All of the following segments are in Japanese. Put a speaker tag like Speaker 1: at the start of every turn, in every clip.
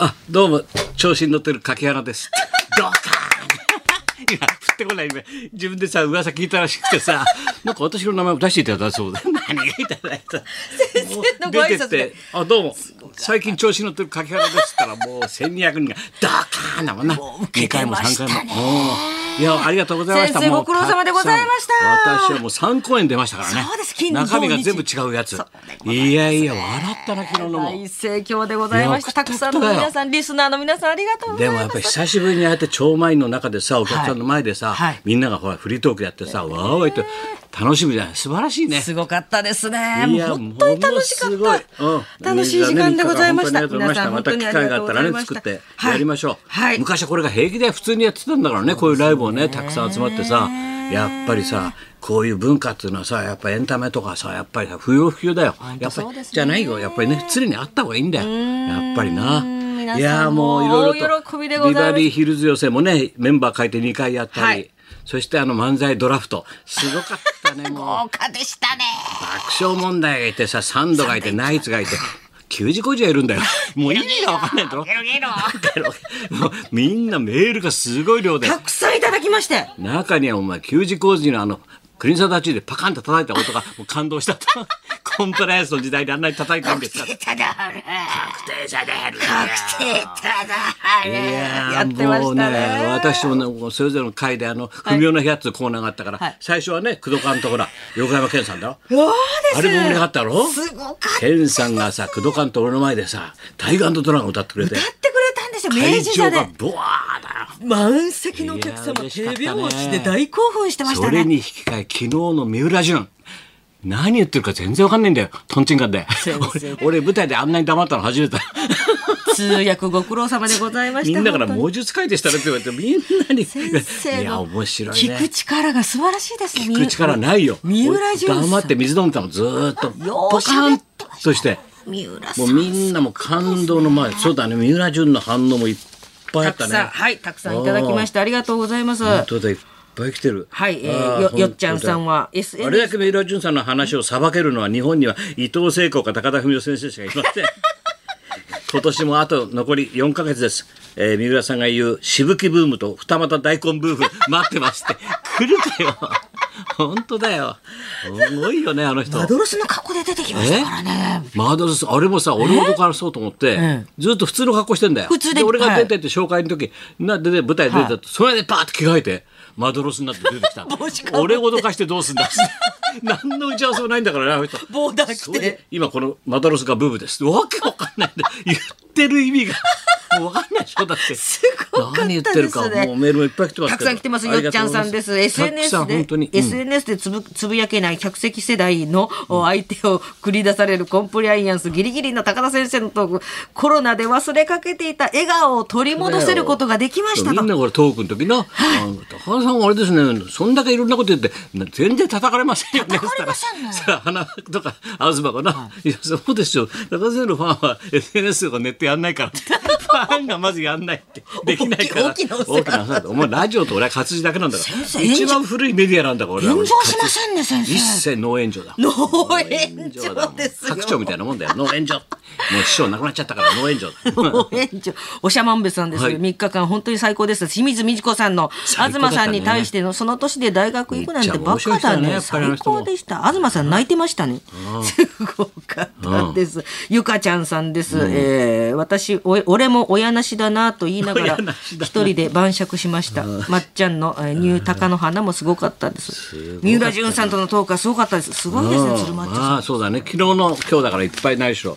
Speaker 1: あ、どうも、調子に乗ってる柿原です。ドカーン 今、降ってこない今、自分でさ、噂聞いたらしくてさ、なんか私の名前を出していただいたそうで、何がいただいた。
Speaker 2: 先生のご
Speaker 1: も
Speaker 2: 挨
Speaker 1: う
Speaker 2: 拶
Speaker 1: 出
Speaker 2: で
Speaker 1: てって、あ、どうも、最近調子に乗ってる柿原ですったら、もう1200人が、ドカーンだもんな。2回も3回も。うんいや、ありがとうございました。
Speaker 2: 先生
Speaker 1: もう
Speaker 2: ご苦労様でございました
Speaker 1: たくさん私はもう3公演出ましたからね。
Speaker 2: そうです金土
Speaker 1: 中身が全部違うやつ
Speaker 2: 日そうで。ございます
Speaker 1: いやいや、笑ったな、昨日のも。
Speaker 2: 大盛況でございました。
Speaker 1: いや
Speaker 2: たくさんの皆さん、リスナーの皆さん、ありがとうござ
Speaker 1: で
Speaker 2: い
Speaker 1: も
Speaker 2: ま
Speaker 1: や
Speaker 2: す
Speaker 1: っ。ぱり久しぶりにああやって超満員の中でさお客さんの前でさ、
Speaker 2: はいはい
Speaker 1: みんながほらフリートークやってさ、わーわー言って楽しみじゃない素晴らしいね。
Speaker 2: すごかったですね。
Speaker 1: い
Speaker 2: もう
Speaker 1: や
Speaker 2: 本当に楽しかっ
Speaker 1: ものす
Speaker 2: た。
Speaker 1: ごいうん
Speaker 2: 楽しい時間でございました。
Speaker 1: みんな
Speaker 2: 皆
Speaker 1: ね
Speaker 2: さん、
Speaker 1: 本
Speaker 2: 本
Speaker 1: 当
Speaker 2: 当
Speaker 1: に
Speaker 2: に
Speaker 1: あ
Speaker 2: あ
Speaker 1: りがとうございましたまた機会があったらね
Speaker 2: りがとうございました。
Speaker 1: 作って
Speaker 2: はい
Speaker 1: やりましょう、
Speaker 2: はい。
Speaker 1: 昔はこれが平気で普通にやってたんだからねこういうライブをねたくさん集まってさやっぱりさこういう文化っていうのはさやっぱエンタメとかさやっぱりさ不要不急だよ、やっぱ
Speaker 2: そう
Speaker 1: り、
Speaker 2: ですね
Speaker 1: じゃないよやっぱりね常にあった方がいいんだよやっぱりな
Speaker 2: 皆さん
Speaker 1: いやもういろいろ
Speaker 2: 大喜びで
Speaker 1: と
Speaker 2: ご
Speaker 1: ビ
Speaker 2: ざいます
Speaker 1: バリーヒルズ寄せもねメンバー変えて2回やったり、
Speaker 2: はい
Speaker 1: そしてあの漫才ドラフトすごかったねもう
Speaker 2: 豪華でしたね。
Speaker 1: 爆笑問題がいてさサンドがいてナイツがいて9時5時はいるんだよもう意味が分かんないだろ
Speaker 2: ゲロゲロ。
Speaker 1: もうみんなメールがすごい量で
Speaker 2: たくさんいただきまして。
Speaker 1: 中にはお前9時工事のあのクリーンサーダーチーでパカンと叩いた音がもう感動した とコンプライアンスの時代であんなに叩いたんですから
Speaker 2: ただある。
Speaker 1: 確定者である
Speaker 2: 確定ただある。
Speaker 1: いやー
Speaker 2: やってま
Speaker 1: も
Speaker 2: し
Speaker 1: う
Speaker 2: た
Speaker 1: ね
Speaker 2: ね。
Speaker 1: 私もねもうそれぞれの回であの「不明の部屋」っていうコーナーがあったから、
Speaker 2: はい
Speaker 1: 最初はね工藤監督ほら横山健さんだろ
Speaker 2: そうです。
Speaker 1: あれも盛り上がったろ
Speaker 2: すごかった。
Speaker 1: ケンさんがさ、工藤館と俺の前でさ、タイガードラゴン歌ってくれて
Speaker 2: 歌、ってくれたんですよ。明
Speaker 1: 会
Speaker 2: 治
Speaker 1: 場
Speaker 2: 座
Speaker 1: が
Speaker 2: で。
Speaker 1: ボワーだよ。
Speaker 2: 満席のお客
Speaker 1: いや
Speaker 2: 様
Speaker 1: 嬉しかっ
Speaker 2: 手
Speaker 1: たね
Speaker 2: 拍子で大興奮してまし
Speaker 1: そ
Speaker 2: た
Speaker 1: れ
Speaker 2: ね。
Speaker 1: に引き換え、昨日の三浦淳。何言ってるか全然わかんないんだよ。トンチンカンで
Speaker 2: 先生。
Speaker 1: 俺、俺舞台であんなに黙ったの初 めて。
Speaker 2: 通訳ご苦労様でございまし
Speaker 1: み
Speaker 2: た。
Speaker 1: んなから
Speaker 2: 本当に
Speaker 1: 猛術会でしたねって言われて、みんなに。
Speaker 2: 先生の
Speaker 1: いや、面白い
Speaker 2: 聞く
Speaker 1: ね。
Speaker 2: 力が素晴らしいですね。
Speaker 1: 聞く力ないよ。
Speaker 2: 三浦淳さん
Speaker 1: 俺黙って水飲んでたの、ずーっと。
Speaker 2: よ
Speaker 1: ポ
Speaker 2: うしゃ
Speaker 1: カ
Speaker 2: べっ
Speaker 1: ン
Speaker 2: てました
Speaker 1: として。
Speaker 2: 三浦さ。
Speaker 1: もうんみんなも感動の前。そうだね、三浦淳の反応もいっぱいあ
Speaker 2: た
Speaker 1: った
Speaker 2: く
Speaker 1: ね。
Speaker 2: さん、はい、たくさんいただきましてありがとうございます。
Speaker 1: 本当だいっぱい来てる。
Speaker 2: はい、え
Speaker 1: あ
Speaker 2: ー、
Speaker 1: ー
Speaker 2: よ、よっちゃんさん。は
Speaker 1: 本当だあれ
Speaker 2: SNS
Speaker 1: だけ三浦淳さんの話を裁けるのは日本には伊藤聖子か高田文夫先生しかいま せん。今年もあと残り4ヶ月です。えー、三浦さんが言うしぶきブームと二股大根 ブーム待ってますって。来るかよ。本当だよ。すごいよね、あの人。
Speaker 2: アドロスの格好で出てきましたからね。
Speaker 1: マーダスあれもさ俺もからそうと思って、ずっと普通の格好してんだよ
Speaker 2: 普通で
Speaker 1: 俺が
Speaker 2: はい
Speaker 1: 出てって紹介の時、なでで舞台出てたと、それでパーッと着替えてマドロスになって出てきた
Speaker 2: 子かぶって
Speaker 1: 俺脅かしてどうすんだ 何の打ち合わせもないんだからねあの人
Speaker 2: ボーダー
Speaker 1: そ
Speaker 2: 着
Speaker 1: れで
Speaker 2: て。
Speaker 1: 今このマドロスがブーブですわけわかんないんで言ってる意味がもうわかんないでしょだって
Speaker 2: すごかった
Speaker 1: 何
Speaker 2: ですね
Speaker 1: 言ってるかもうメールもいっぱい来てます
Speaker 2: た
Speaker 1: け
Speaker 2: く
Speaker 1: ど
Speaker 2: さん来てます。
Speaker 1: あ
Speaker 2: よ
Speaker 1: りが
Speaker 2: っち
Speaker 1: とう
Speaker 2: ゃん
Speaker 1: ござい
Speaker 2: さ
Speaker 1: ます
Speaker 2: んです。
Speaker 1: た
Speaker 2: SNS
Speaker 1: くさん本
Speaker 2: で
Speaker 1: 当に、うん
Speaker 2: SNS でつぶつぶやけない客席世代のお相手を繰り出されるコンプライアンスギリギリの高田先生のトーク、コロナで忘れかけていた笑顔を取り戻せることができまし
Speaker 1: み
Speaker 2: た
Speaker 1: ん
Speaker 2: と。
Speaker 1: なこれトークの時な、あの高田さんはあれですねそんだけいろんなこと言ってな全然叩かれませんよね
Speaker 2: 叩かれませんね
Speaker 1: そしたら花とか東がな、い、やそうですよ高田先生のファンは SNS とかネットやんない からってファンがまずやんないってできないから
Speaker 2: 大き大きなお世話
Speaker 1: 大きなお世話だお前ラジオと俺は活字だけなんだから
Speaker 2: 先生
Speaker 1: 一番古いメディアなんだから俺ら
Speaker 2: 炎上しませんね、先
Speaker 1: 一
Speaker 2: 生。
Speaker 1: 切ノー炎上だ
Speaker 2: 脳炎
Speaker 1: ノーだ
Speaker 2: 上ですよ。
Speaker 1: 白鳥みたいなもんだよノー炎上もう師匠亡くなっちゃったからノー炎上だ
Speaker 2: 応援長おしゃまんべさんです、
Speaker 1: は
Speaker 2: 三
Speaker 1: い
Speaker 2: 3日間本当に最高です清水美智子さんの
Speaker 1: 最高だったね
Speaker 2: 東さんに対してのその年で大学行くなんてバ
Speaker 1: め
Speaker 2: カだね
Speaker 1: っちゃ面白い人だねやっぱりあの
Speaker 2: 最
Speaker 1: 人も
Speaker 2: 高でした東さん泣いてましたね、すごかったです、ゆかちゃんさんです、えー私お俺も親なしだなと言いながら
Speaker 1: 親なしだな
Speaker 2: 一人で晩酌しました、まっちゃんの、えー、ニュータカの花もすごかったです三浦淳さんとのトークはすごかったですすごいですね鶴まっちゃんさん
Speaker 1: まあそうだね昨日の今日だからいっぱいないしろ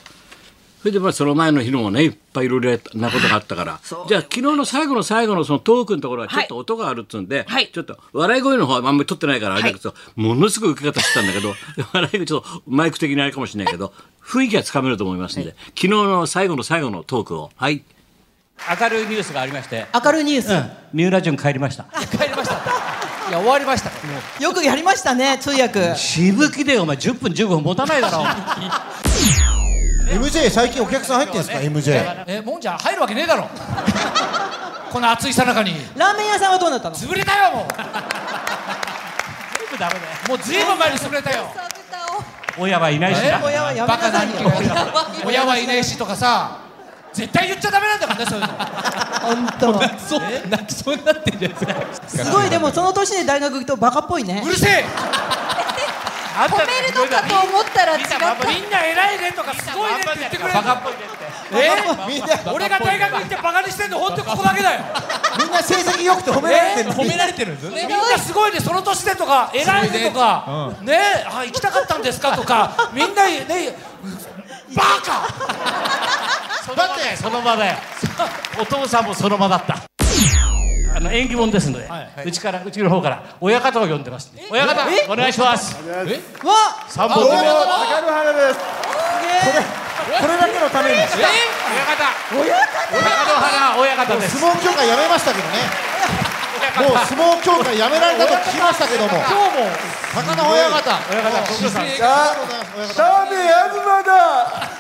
Speaker 1: それでまあその前の日のもねいっぱいいろいろなことがあったから
Speaker 2: そう
Speaker 1: じゃあ昨日の最後の最後のそのトークのところはち
Speaker 2: は
Speaker 1: ょ
Speaker 2: い
Speaker 1: っと音があるっつうんで、
Speaker 2: はい
Speaker 1: ちょっと笑い声の方はあんまり取ってないからあれ
Speaker 2: い
Speaker 1: だけど、ものすごい受け方してたんだけど笑い声ちょっとマイク的にあれかもしれないけど雰囲気はつかめると思いますんで、昨日の最後の最後のトークをはい明るいニュースがありまして
Speaker 3: 明るいニュース、
Speaker 1: 三浦淳帰りました
Speaker 3: 帰りましたいや終わりましたもうよくやりましたね通訳
Speaker 1: しぶきでお前10分15分持たないだろ
Speaker 4: MJ 最近お客さん入ってんですか MJ
Speaker 5: えもんじゃ入るわけねえだろこの暑いさなかに
Speaker 3: ラーメン屋さんはどうなったの
Speaker 5: 潰れたよもう全部ダメだよもうずいぶん前に潰れたよ
Speaker 1: 親はいないし
Speaker 5: え
Speaker 1: な
Speaker 3: 親はやめな
Speaker 5: バカな
Speaker 3: さい
Speaker 5: 兄貴
Speaker 3: よ
Speaker 5: が親はいないしとかさ絶対言っちゃダメなんだからねそういうの
Speaker 3: 本当。
Speaker 6: そう泣きそうになってるじゃないですか
Speaker 3: すごいでもその年で大学行くとバカっぽいね
Speaker 5: う。るせえあん
Speaker 7: 褒
Speaker 5: た
Speaker 7: めるのかと思ったら違った
Speaker 5: みんな偉いねとかすごいねって言ってくれる
Speaker 6: バカっぽい
Speaker 5: え
Speaker 4: みんな
Speaker 5: ー俺が大学行ってバカにしてんの本当ここだけだよ
Speaker 4: みんな成績良くて褒められてるの
Speaker 6: 褒められてるんですよ
Speaker 5: みん
Speaker 6: ね
Speaker 5: なすごいねその年でとか偉いねとかねあ行きたかったんですかとかみんなねバカ
Speaker 6: だってその場だよお父さんもその場だった
Speaker 5: あの縁起物ですのでうちからうちの方から親方を呼んでます親方お願いします
Speaker 3: わあ、
Speaker 5: 三本
Speaker 4: どうも高野花ですこれこれだけのために
Speaker 5: え親方親方の花親方です
Speaker 4: 相撲協会やめましたけどねもう相撲協会やめられたと聞きましたけども
Speaker 5: 今日も
Speaker 4: 高野親方
Speaker 5: 親方ご苦労さん
Speaker 8: 澤部東だ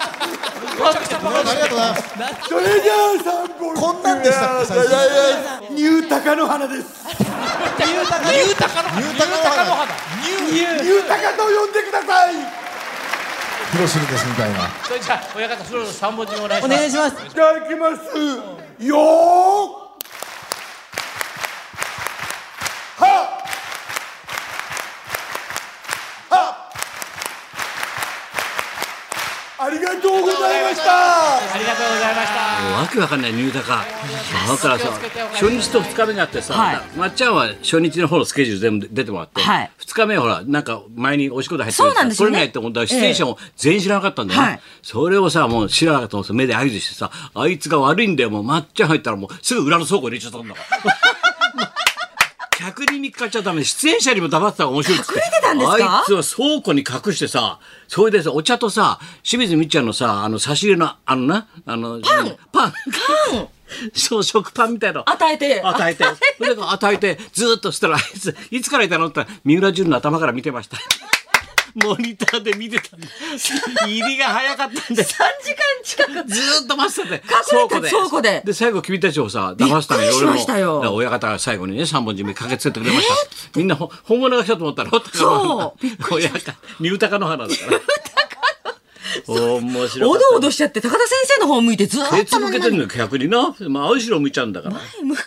Speaker 4: ありがとうございます
Speaker 8: それじゃあ散歩
Speaker 4: こんなんでしたっけ最初
Speaker 8: いやいやいやニュータカの花です
Speaker 4: ニュータカの花
Speaker 8: ニュータカと呼んでください
Speaker 4: ヒロシルですみたいな
Speaker 5: それじゃあ親方そろそろ三本にお願いし
Speaker 3: お
Speaker 5: ます
Speaker 3: 願いします。
Speaker 8: いただきますよーははありがとうございました
Speaker 5: ありがとうございました
Speaker 1: わけわかんないニュータカだからさ初日と2日目があってさ、
Speaker 2: はい
Speaker 1: まっちゃんは初日の方のスケジュール全部出てもらって、
Speaker 2: はい
Speaker 1: 2日目はほらなんか前にお仕事入って
Speaker 2: そうなんですよね
Speaker 1: これがやって本当は出演者も全員知らなかったんだよね、
Speaker 2: はい
Speaker 1: それをさもう知らなかったのさ目で合図してさあいつが悪いんだよもうまっちゃん入ったらもうすぐ裏の倉庫入れちゃったんだから 客に見っかっちゃダメ出演者にも黙ってた方が面白いっつって
Speaker 2: 隠れてたんですか
Speaker 1: あいつは倉庫に隠してさそれでさお茶とさ清水みっちゃんのさあの差し入れのあのなあのパンパン そう、食パンみたいな。
Speaker 2: 与えて
Speaker 1: 与えて。それで与えて、ずーっとしたら、あい つ、いつからいたのって言ったら、三浦淳の頭から見てました。 モニターで見て たんだ。入りが早かったんで。ず
Speaker 2: 三時間近く
Speaker 1: ーっと待ってたんで。
Speaker 2: 隠れて倉庫で
Speaker 1: で、最後君たちをさ、騙すために
Speaker 2: びっくりしましたよ
Speaker 1: だから親方が最後にね、三本締め駆けつけてくれました。みんなほ本物が来たと思ったら、
Speaker 2: そう
Speaker 1: びっくりした。ニュータカの花だ から。面白い。
Speaker 2: おどおどしちゃって高田先生の方向いてずー
Speaker 1: ケ
Speaker 2: っと
Speaker 1: ツ
Speaker 2: 真
Speaker 1: 向
Speaker 2: ん
Speaker 1: け
Speaker 2: 中
Speaker 1: て
Speaker 2: に
Speaker 1: んのよ逆にな。まあ、後ろ向いちゃうんだから。
Speaker 2: 向け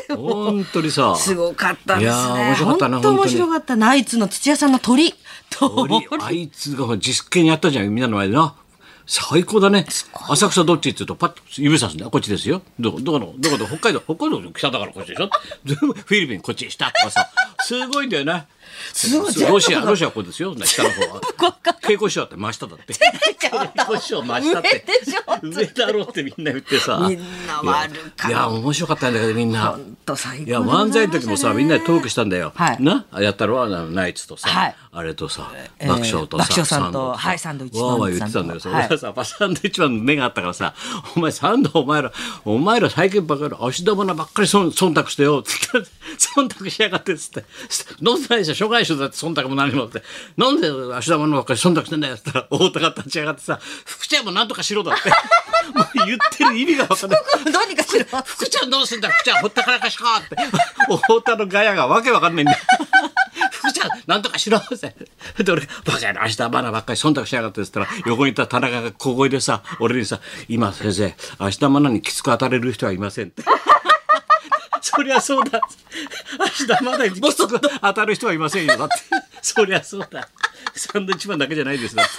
Speaker 2: てても
Speaker 1: 本当にさ。
Speaker 2: すごかったですね
Speaker 1: いやー面白かったな
Speaker 2: 本当
Speaker 1: 本当
Speaker 2: 面
Speaker 1: に
Speaker 2: 白かったナイツの土屋さんの鳥鳥
Speaker 1: 鳥あいつが実験やったじゃんみんなの前でな最高だね浅草どっちって言うとパッと指さすんだよこっちですよどこどこのどこどこ北海道北海道の北だからこっちでしょ 全部フィリピンこっち下とかさすごいんだよね
Speaker 2: すごい
Speaker 1: ロシアロシアはこうですよ下の方は稽古師匠だって真下だ って稽古師匠真下って
Speaker 2: 上でしょ
Speaker 1: 上だろうってみんな言ってさ
Speaker 2: みんな悪かった
Speaker 1: いやいや面白かったんだけどみんな
Speaker 2: 本当最高
Speaker 1: いや漫才の時もさみんなでトークしたんだよ、
Speaker 2: はい
Speaker 1: なやったろあのナイツとさ、
Speaker 2: はい
Speaker 1: あれとさ
Speaker 2: えー
Speaker 1: 爆笑とさ、
Speaker 2: 爆笑さんと
Speaker 1: ド
Speaker 2: はいサンドイッチ
Speaker 1: わ
Speaker 2: マ
Speaker 1: ー
Speaker 2: ン
Speaker 1: わー言ってたんだけど
Speaker 2: さ
Speaker 1: さ、
Speaker 2: んとはい
Speaker 1: 俺はさパサンドイッチマンの目があったからさ「お前サンドお前らお前ら最近ばっかり足玉なばっかりそん忖度してよ」つって「忖度しやがって」っつって「飲んでないでしょ諸外省だって忖度も何も」って「飲んで足玉のばっかり忖度してんだよ」っつったら太田が立ち上がってさ「福ちゃんもなんとかしろ」だってもう言ってる意味が分かんない。
Speaker 2: どうにかしろ
Speaker 1: 福ちゃんどうすんだ福ちゃんほったからかしかって太田のガヤがわけわかんないんだよ福 ちゃんなんとかしろってで俺バカやな明日バナばっかり忖度しやがってっつったら横にいた田中が小声でさ俺にさ「今先生明日バナにきつく当たれる人はいません」って そりゃそうだ明日バナにきつく当たる人はいませんよだってそりゃそうだサンドイッチマンだけじゃないですだって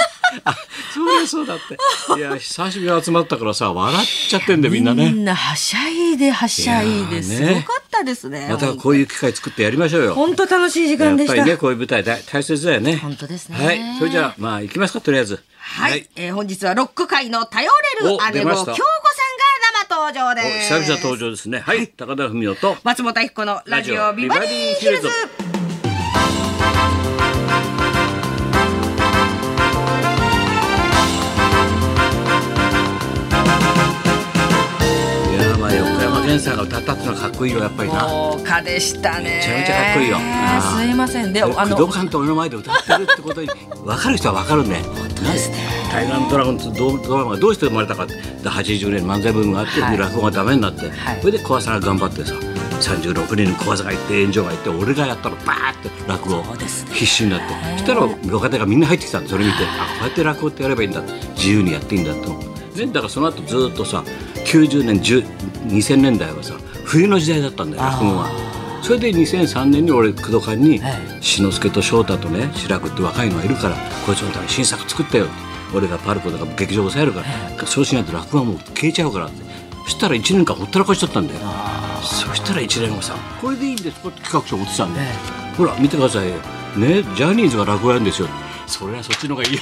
Speaker 1: あそりゃそうだっていや久しぶりに集まったからさ笑っちゃってんだよみんなね
Speaker 2: みんなはしゃいではしゃいで
Speaker 1: いやー
Speaker 2: す
Speaker 1: ね
Speaker 2: ごかったですね
Speaker 1: またこういう機会作ってやりましょうよ。
Speaker 2: 本当楽しい時
Speaker 1: や
Speaker 2: 間
Speaker 1: っ
Speaker 2: でし
Speaker 1: ぱり
Speaker 2: た
Speaker 1: ね、こういう舞台大大切だよね。
Speaker 2: 本当ですね
Speaker 1: はい、それじゃあ、まあ、行きますか、とりあえず。
Speaker 2: はい、えー本日はロック界の頼れる
Speaker 1: お
Speaker 2: 姉
Speaker 1: 出
Speaker 2: 御
Speaker 1: ま
Speaker 2: 京
Speaker 1: し
Speaker 2: 子さん
Speaker 1: た
Speaker 2: が生登場
Speaker 1: お
Speaker 2: です
Speaker 1: 久々登場ですね。はい、高田文夫と。
Speaker 2: 松本彦のラジオビバリーヒルズ
Speaker 1: ラジいや、まあ、横山源さんが歌ったってのはかっこいいよ、やっぱりな。
Speaker 2: 豪華でしたね
Speaker 1: めちゃめちゃかっこいいよあー
Speaker 2: すいませんで
Speaker 1: で、
Speaker 2: あ
Speaker 1: 工
Speaker 2: の
Speaker 1: 藤監督の前で歌ってるってことに、分かる人は分かるね。
Speaker 2: ですね
Speaker 1: タイガードラゴンズドドラマがどうして生まれたかってで80年漫才ブームがあって、
Speaker 2: はい
Speaker 1: 落語がダメになって、
Speaker 2: はい
Speaker 1: それで小朝が頑張ってさ36人の小朝がいて炎上がいて俺がやったらバーって落語
Speaker 2: そうですね
Speaker 1: 必死になってそしたら若手がみんな入ってきたんでそれ見てあこうやって落語ってやればいいんだ自由にやっていいんだとね、だからその後ずっとさ90年10 2000年代はさ冬の時代だったんだよ落語は。それで2003年に俺工藤館に志の輔と翔太とね白くって若いのがいるからこいつのために新作作ったよって俺がパルコとか劇場を抑えるからそうしないと落語はもう消えちゃうからってそしたら1年間ほったらかしちゃったんだよそしたら1年後さこれでいいんですかって企画書持ってたんだよほら見てくださいよねジャニーズが落語やるんですよそれはそっちの方が いいよ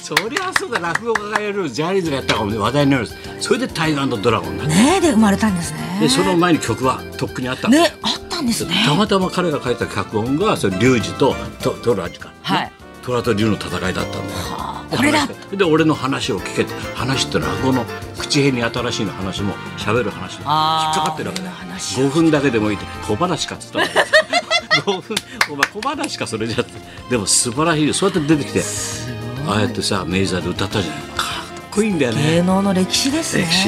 Speaker 1: そりゃそうだ落語家がやるジャニーズがやったかも話題になるんですそれで「タイガードラゴン」なんだ
Speaker 9: ねえで生まれたんですね
Speaker 1: でその前に曲はとっくにあったんだよ
Speaker 9: ねあったんですね
Speaker 1: たまたま彼が書いた脚本がそれ龍二ととトラか、ね
Speaker 9: はい
Speaker 1: 虎と龍の戦いだったんだよ
Speaker 9: これだ
Speaker 1: で俺の話を聞けて話ってのはこの口辺に新しいの話も喋る話も引っ
Speaker 9: あー
Speaker 1: かかってるわけだよ
Speaker 9: 俺の話
Speaker 1: 5分だけでもいいって小話かっつったんだよ5分 お前小話かそれじゃってでも素晴らしいよそうやって出てきてああやってさ明治座で歌ったじゃないかっこいいんだよね
Speaker 9: 芸能の歴史ですね
Speaker 1: 歴史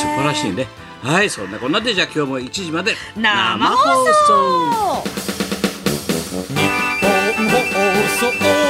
Speaker 1: 素晴らしいねはいそんなこんなでじゃあ今日も1時まで
Speaker 2: 生放
Speaker 1: 送
Speaker 6: 放送